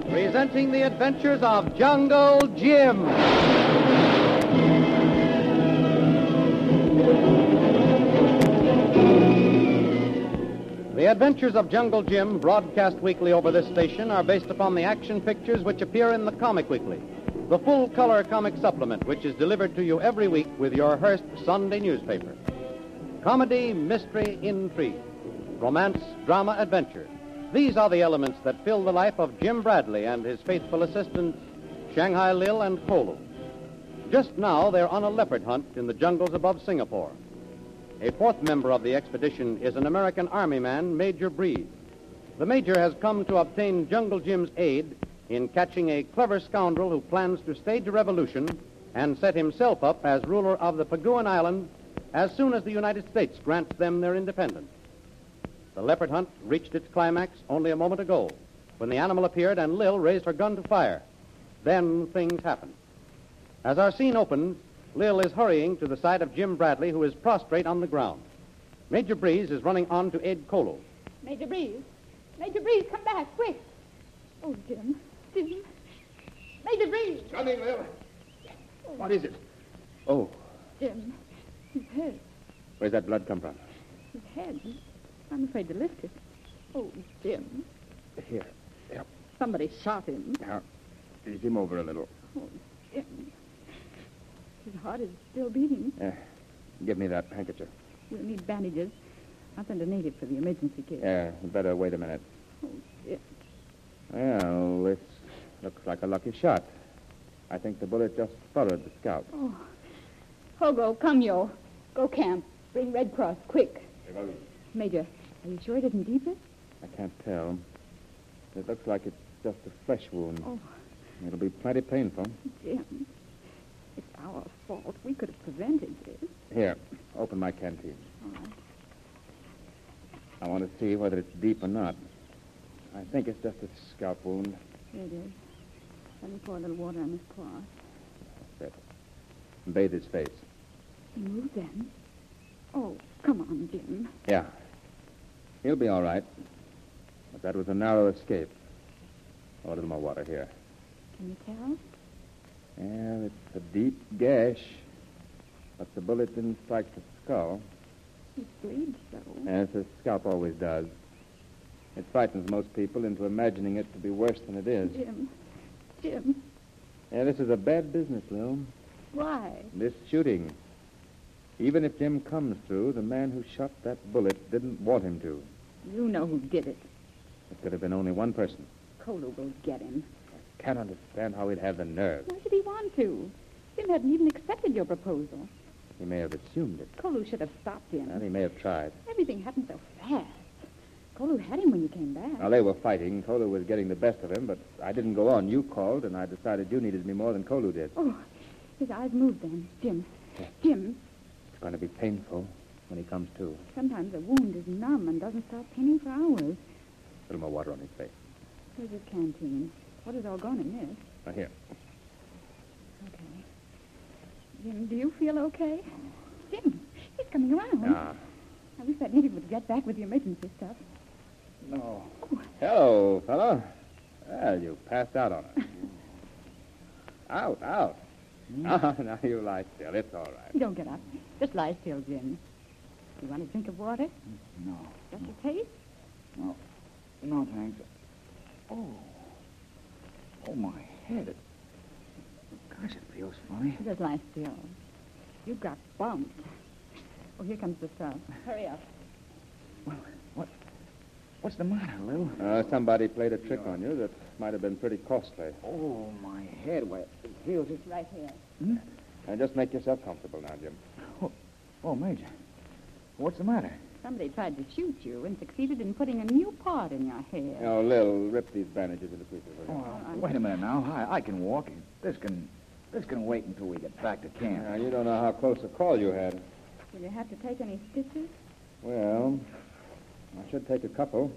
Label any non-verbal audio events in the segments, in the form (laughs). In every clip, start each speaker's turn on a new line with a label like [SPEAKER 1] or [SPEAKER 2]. [SPEAKER 1] describing the adventures of Jungle Jim. The adventures of Jungle Jim, broadcast weekly over this station, are based upon the action pictures which appear in the Comic Weekly, the full color comic supplement which is delivered to you every week with your Hearst Sunday newspaper. Comedy, mystery, intrigue, romance, drama, adventure. These are the elements that fill the life of Jim Bradley and his faithful assistants, Shanghai Lil and Kolo. Just now, they're on a leopard hunt in the jungles above Singapore. A fourth member of the expedition is an American Army man, Major Breed. The Major has come to obtain Jungle Jim's aid in catching a clever scoundrel who plans to stage a revolution and set himself up as ruler of the Paguan Island as soon as the United States grants them their independence. The leopard hunt reached its climax only a moment ago when the animal appeared and Lil raised her gun to fire. Then things happened. As our scene opens, Lil is hurrying to the side of Jim Bradley, who is prostrate on the ground. Major Breeze is running on to aid Colo.
[SPEAKER 2] Major Breeze. Major Breeze, come back, quick. Oh, Jim. Jim. Major Breeze.
[SPEAKER 3] Johnny Lil. What is it? Oh,
[SPEAKER 2] Jim. His head.
[SPEAKER 3] where's that blood come from?
[SPEAKER 2] His head. I'm afraid to lift it. Oh, Jim.
[SPEAKER 3] Here. Yep.
[SPEAKER 2] Somebody shot him.
[SPEAKER 3] Now, ease him over a little.
[SPEAKER 2] Oh, Jim. His heart is still beating.
[SPEAKER 3] Uh, give me that handkerchief.
[SPEAKER 2] We'll need bandages. I'll send a native for the emergency kit.
[SPEAKER 3] Yeah, better wait a minute.
[SPEAKER 2] Oh, Jim.
[SPEAKER 3] Well, this looks like a lucky shot. I think the bullet just followed the scalp.
[SPEAKER 2] Oh. Hogo, come, yo. Go camp. Bring Red Cross, quick. Major, are you sure it isn't deeper?
[SPEAKER 3] I can't tell. It looks like it's just a flesh wound.
[SPEAKER 2] Oh.
[SPEAKER 3] It'll be plenty painful.
[SPEAKER 2] Jim, it's our fault. We could have prevented this.
[SPEAKER 3] Here, open my canteen.
[SPEAKER 2] All right.
[SPEAKER 3] I want to see whether it's deep or not. I think it's just a scalp wound.
[SPEAKER 2] There it is. Let me pour a little water on this cloth.
[SPEAKER 3] Bathe his face.
[SPEAKER 2] He moved then. Oh, come on, Jim.
[SPEAKER 3] Yeah. He'll be all right. But that was a narrow escape. A little more water here.
[SPEAKER 2] Can you tell?
[SPEAKER 3] Well, it's a deep gash. But the bullet didn't strike the skull,
[SPEAKER 2] He bleeds so.
[SPEAKER 3] as the scalp always does. It frightens most people into imagining it to be worse than it is.
[SPEAKER 2] Jim. Jim,
[SPEAKER 3] Yeah, this is a bad business, Lil.
[SPEAKER 2] why?
[SPEAKER 3] This shooting. Even if Jim comes through, the man who shot that bullet didn't want him to.
[SPEAKER 2] You know who did it.
[SPEAKER 3] It could have been only one person.
[SPEAKER 2] Kolo will get him.
[SPEAKER 3] Can't understand how he'd have the nerve.
[SPEAKER 2] Why should he want to? Jim hadn't even accepted your proposal.
[SPEAKER 3] He may have assumed it.
[SPEAKER 2] Kolo should have stopped him.
[SPEAKER 3] And he may have tried.
[SPEAKER 2] Everything happened so fast. Kolo had him when you came back.
[SPEAKER 3] Now, they were fighting. Kolu was getting the best of him, but I didn't go on. You called, and I decided you needed me more than Kolu did.
[SPEAKER 2] Oh, his eyes moved then. Jim. Jim,
[SPEAKER 3] It's going to be painful when he comes to.
[SPEAKER 2] sometimes a wound is numb and doesn't stop paining for hours.
[SPEAKER 3] A little more water on his face.
[SPEAKER 2] Where's his canteen? What is all gone in this?
[SPEAKER 3] Now, here.
[SPEAKER 2] Okay. Jim, do you feel okay? Jim, he's coming around.
[SPEAKER 3] Ah.
[SPEAKER 2] I wish that native would get back with the emergency stuff.
[SPEAKER 3] No. Hello, fella. Well, you passed out (laughs) on us. out, out. Ah, (laughs) now you lie still. It's all right.
[SPEAKER 2] Don't get up. Just lie still, Jim. Do you want a drink of water?
[SPEAKER 4] No,
[SPEAKER 2] Just a taste?
[SPEAKER 4] no, thanks. Oh, oh, my head. It, gosh, it feels funny.
[SPEAKER 2] Just lie still. You got bumped. Oh, here comes the stuff. Hurry up.
[SPEAKER 4] Well, what, what's the matter, Lil?
[SPEAKER 3] Uh, somebody played a trick on you that might have been pretty costly.
[SPEAKER 4] Oh, my head. Why, it feels just.
[SPEAKER 2] Right here.
[SPEAKER 3] Now, just make yourself comfortable now, Jim.
[SPEAKER 4] Oh, Major, what's the matter?
[SPEAKER 2] Somebody tried to shoot you and succeeded in putting a new part in your hair.
[SPEAKER 3] Now, Oh, Lil, rip these bandages into pieces, will you?
[SPEAKER 4] Oh, wait a minute now. I, I can walk. This can, this can wait until we get back to camp.
[SPEAKER 3] Now, you don't know how close a call you had.
[SPEAKER 2] Will you have to take any stitches?
[SPEAKER 3] Well, I should take a couple.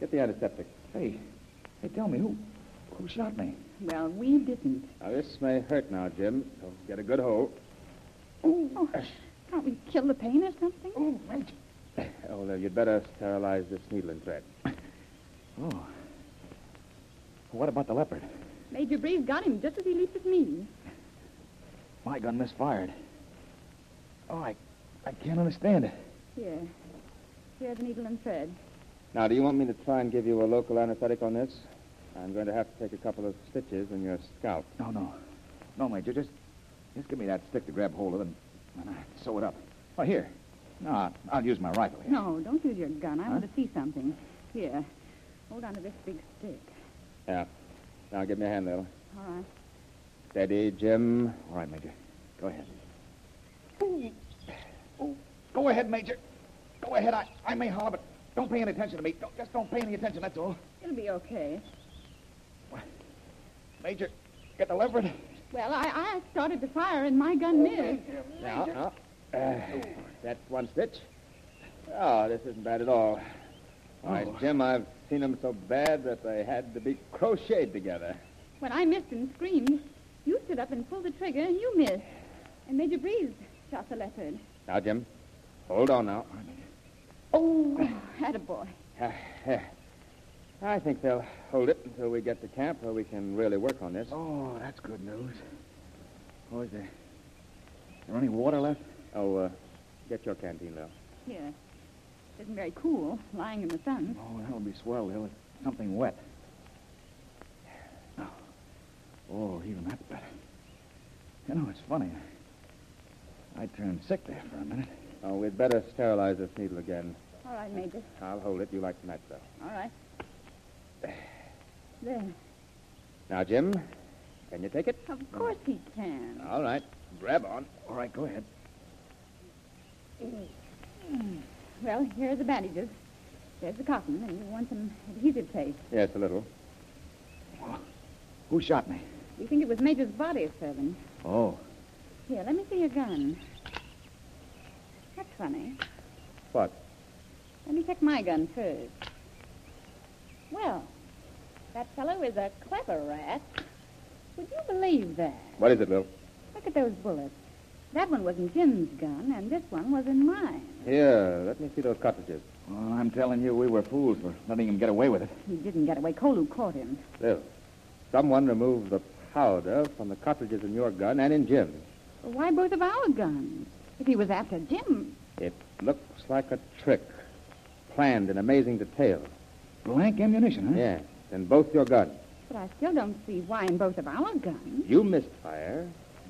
[SPEAKER 3] Get the antiseptic.
[SPEAKER 4] Hey, hey, tell me who, who shot me?
[SPEAKER 2] Well, we didn't.
[SPEAKER 3] Now, this may hurt now, Jim, so get a good hold.
[SPEAKER 2] Oh, can't we kill the pain or something?
[SPEAKER 4] Oh, Major.
[SPEAKER 3] Oh, Lil, you'd better sterilize this needle and thread.
[SPEAKER 4] Oh, What about the leopard?
[SPEAKER 2] Major Breeze got him just as he leaped at me.
[SPEAKER 4] My gun misfired. Oh, I, I can't understand it.
[SPEAKER 2] Here. Here's an needle and thread.
[SPEAKER 3] Now, do you want me to try and give you a local anesthetic on this? I'm going to have to take a couple of stitches in your scalp.
[SPEAKER 4] No, no. No, Major, just just give me that stick to grab hold of and, and I sew it up. Oh, here. No, I'll, I'll use my rifle here.
[SPEAKER 2] No, don't use your gun. I
[SPEAKER 4] Huh?
[SPEAKER 2] want to see something. Here. Hold on to this big stick.
[SPEAKER 3] Yeah. Now, give me a hand, Lil.
[SPEAKER 2] All right.
[SPEAKER 3] Steady, Jim.
[SPEAKER 4] All right, Major. Go ahead. Oh, go ahead, Major. Go ahead. I, I may holler, but don't pay any attention to me. Don't, just don't pay any attention, that's all.
[SPEAKER 2] It'll be okay.
[SPEAKER 4] Major, get the leopard.
[SPEAKER 2] Well, I, I started to fire and my gun missed.
[SPEAKER 3] Now, now. Uh, that's one stitch. Oh, this isn't bad at all. Why,
[SPEAKER 4] Oh.
[SPEAKER 3] Jim, I've seen them so bad that they had to be crocheted together.
[SPEAKER 2] When I missed and screamed, you stood up and pulled the trigger and you missed. And Major Breeze shot the leopard.
[SPEAKER 3] Now, Jim, hold on now. (sighs)
[SPEAKER 2] Oh, attaboy.
[SPEAKER 3] I think they'll hold it until we get to camp where we can really work on this.
[SPEAKER 4] Oh, that's good news. Oh, is there, is there any water left?
[SPEAKER 3] Oh, uh, get your canteen, Lil.
[SPEAKER 2] Here. Isn't very cool, lying in the sun.
[SPEAKER 4] Oh, that'll be swell, Lil. It's Something wet. Oh. oh, even that's better. You know, it's funny. I turned sick there for a minute.
[SPEAKER 3] Oh, we'd better sterilize this needle again.
[SPEAKER 2] All right, Major.
[SPEAKER 3] I'll hold it. You like the match, though.
[SPEAKER 2] All right. There.
[SPEAKER 3] Now, Jim, can you take it?
[SPEAKER 2] Of course he can.
[SPEAKER 3] All right. Grab on.
[SPEAKER 4] All right, go ahead.
[SPEAKER 2] Well, here are the bandages. There's the cotton, and you want some adhesive tape.
[SPEAKER 3] Yes, a little.
[SPEAKER 4] Who shot me?
[SPEAKER 2] You think it was Major's body servant.
[SPEAKER 4] Oh.
[SPEAKER 2] Here, let me see your gun. That's funny.
[SPEAKER 3] What?
[SPEAKER 2] Let me check my gun first. Well, that fellow is a clever rat. Would you believe that?
[SPEAKER 3] What is it, Lil?
[SPEAKER 2] Look at those bullets. That one wasn't Jim's gun, and this one was in mine.
[SPEAKER 3] Here, let me see those cartridges.
[SPEAKER 4] Well, I'm telling you, we were fools for letting him get away with it.
[SPEAKER 2] He didn't get away. Kolu caught him.
[SPEAKER 3] Lil, someone removed the powder from the cartridges in your gun and in Jim's.
[SPEAKER 2] But why both of our guns? If he was after Jim,
[SPEAKER 3] It looks like a trick, planned in amazing detail.
[SPEAKER 4] Blank ammunition, huh?
[SPEAKER 3] Yes, in both your guns.
[SPEAKER 2] but I still don't see why in both of our guns.
[SPEAKER 3] You missed fire.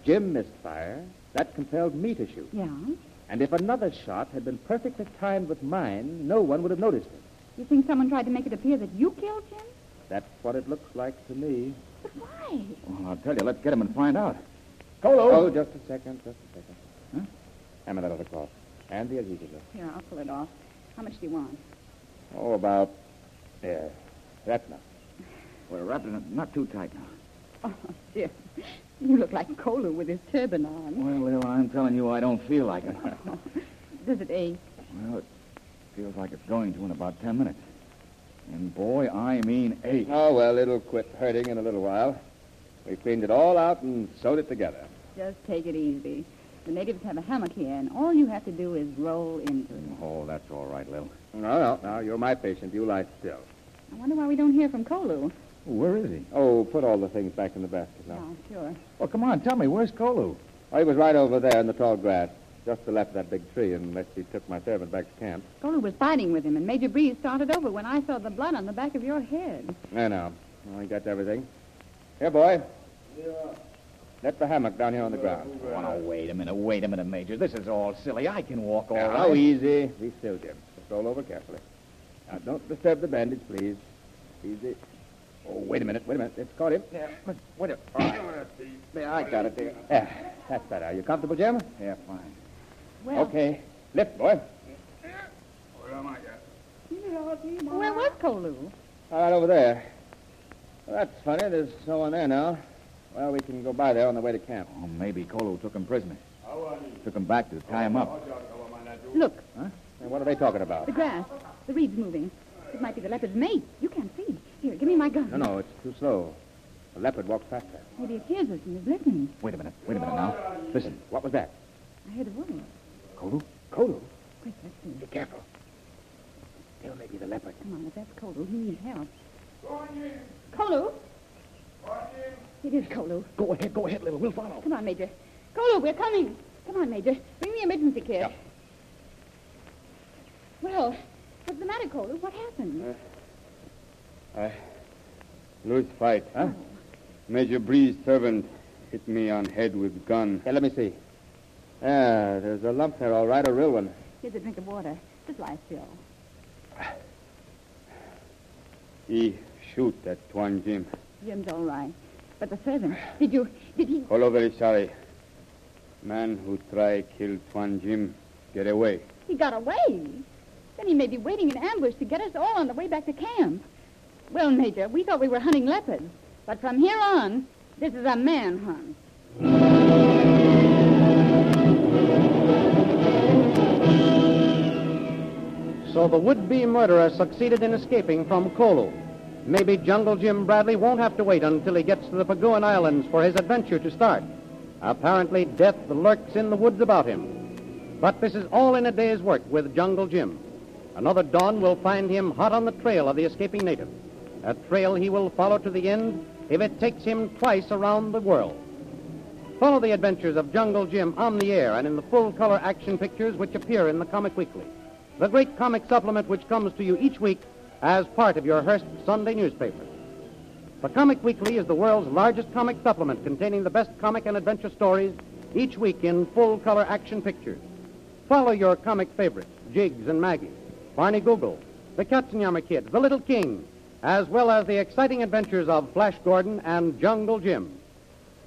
[SPEAKER 3] Jim missed fire. That compelled me to shoot.
[SPEAKER 2] Yeah.
[SPEAKER 3] And if another shot had been perfectly timed with mine, no one would have noticed it.
[SPEAKER 2] You think someone tried to make it appear that you killed Jim?
[SPEAKER 3] That's what it looks like to me.
[SPEAKER 2] But why?
[SPEAKER 4] Well, I'll tell you, let's get him and find out.
[SPEAKER 3] Oh,
[SPEAKER 4] Colo!
[SPEAKER 3] just a second, just a second. Hammer that other cloth. And the adhesive. list.
[SPEAKER 2] Here, I'll pull it off. How much do you want?
[SPEAKER 3] Oh, about there. That's enough.
[SPEAKER 4] We're wrapping it not too tight now.
[SPEAKER 2] Oh, dear. You look like Kolu with his turban on.
[SPEAKER 4] Well, Lil, I'm telling you, I don't feel like it.
[SPEAKER 2] Does it ache?
[SPEAKER 4] well, it feels like it's going to in about ten minutes. And boy, I mean eight.
[SPEAKER 3] Oh, well, it'll quit hurting in a little while. We cleaned it all out and sewed it together.
[SPEAKER 2] Just take it easy. The natives have a hammock here, and all you have to do is roll into it.
[SPEAKER 4] Oh, that's all right, Lil.
[SPEAKER 3] No, no, now you're my patient. You lie still.
[SPEAKER 2] I wonder why we don't hear from Kolu.
[SPEAKER 4] Where is he?
[SPEAKER 3] Oh, put all the things back in the basket now.
[SPEAKER 2] Oh, sure.
[SPEAKER 4] Well, come on, tell me, where's Kolu?
[SPEAKER 3] Oh, he was right over there in the tall grass, just to left of that big tree, unless he took my servant back to camp.
[SPEAKER 2] Kolu was fighting with him, and Major Breeze started over when I saw the blood on the back of your head.
[SPEAKER 3] I know. Well, he got everything. Here, boy. Let the hammock down here on the ground.
[SPEAKER 4] Oh, now, wait a minute, wait a minute, Major. This is all silly. I can walk all
[SPEAKER 3] Now,
[SPEAKER 4] right.
[SPEAKER 3] easy. Be still, Jim. Just roll over carefully. Now, don't disturb the bandage, please. Easy. Oh, wait a minute, wait a minute. It's caught him.
[SPEAKER 4] Yeah, but wait a...
[SPEAKER 3] All right. There, I got it there. Yeah, that's better. Are you comfortable, Jim?
[SPEAKER 4] Yeah, fine.
[SPEAKER 2] Well,
[SPEAKER 3] Okay. Lift, boy.
[SPEAKER 2] where was Kolu?
[SPEAKER 3] All right, over there. Well, that's funny. There's no one there now. Well, we can go by there on the way to camp.
[SPEAKER 4] Oh, maybe Kolu took him prisoner. Took him back to tie him up.
[SPEAKER 2] Look,
[SPEAKER 3] Hey, what are they talking about?
[SPEAKER 2] the grass. The reed's moving. It might be the leopard's mate. You can't see. Here, give me my gun.
[SPEAKER 3] No, no, it's too slow. The leopard walked faster.
[SPEAKER 2] Maybe it hears us and is listening.
[SPEAKER 4] Wait a minute, wait a minute now. Listen,
[SPEAKER 3] What was that?
[SPEAKER 2] I heard a voice.
[SPEAKER 4] Kolu?
[SPEAKER 3] Kolu.
[SPEAKER 2] Quick, let's see.
[SPEAKER 3] Be careful. Still may be the leopard.
[SPEAKER 2] Come on, if that's Kolu, he needs help. Kolu? It is Kolu.
[SPEAKER 4] Go ahead, go ahead, Lila. We'll follow.
[SPEAKER 2] Come on, Major. Kolu, we're coming. Come on, Major. Bring the emergency kit.
[SPEAKER 5] Yeah.
[SPEAKER 2] Well, what's the matter, Kolu? What happened?
[SPEAKER 5] Loose fight. Huh? Major Bree's servant hit me on head with gun. Yeah, let me see. Ah, there's a lump there, all right, a real one.
[SPEAKER 2] Here's a drink of water. Just lie still.
[SPEAKER 5] He shoot that Tuan Jim.
[SPEAKER 2] Jim's all right. But the servant, did you, did he?
[SPEAKER 5] Kolo very sorry. Man who try kill Tuan Jim get away.
[SPEAKER 2] He got away. Then he may be waiting in ambush to get us all on the way back to camp. Well, Major, we thought we were hunting leopards. But from here on, this is a manhunt.
[SPEAKER 3] So the would-be murderer succeeded in escaping from Kolu. Maybe Jungle Jim Bradley won't have to wait until he gets to the Paguan Islands for his adventure to start. Apparently, death lurks in the woods about him. But this is all in a day's work with Jungle Jim. Another dawn will find him hot on the trail of the escaping native, a trail he will follow to the end if it takes him twice around the world. Follow the adventures of Jungle Jim on the air and in the full color action pictures which appear in the Comic Weekly, the great comic supplement which comes to you each week as part of your Hearst Sunday newspaper. The Comic Weekly is the world's largest comic supplement containing the best comic and adventure stories each week in full color action pictures. Follow your comic favorites, Jiggs and Maggie, Barney Google, the Katzenjammer Kid, the Little King, as well as the exciting adventures of Flash Gordon and Jungle Jim.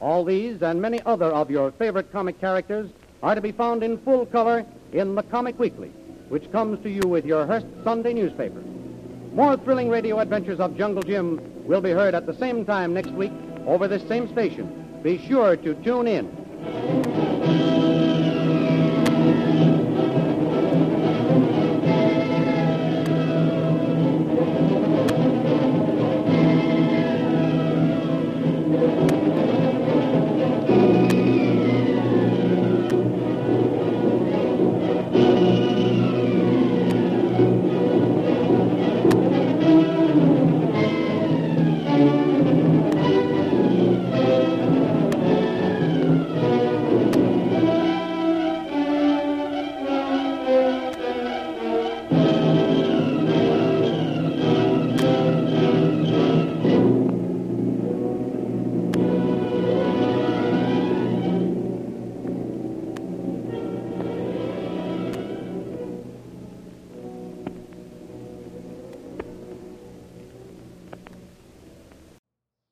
[SPEAKER 3] All these and many other of your favorite comic characters are to be found in full color in the Comic Weekly, which comes to you with your Hearst Sunday newspaper. More thrilling radio adventures of Jungle Jim will be heard at the same time next week over this same station. Be sure to tune in.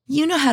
[SPEAKER 6] You know how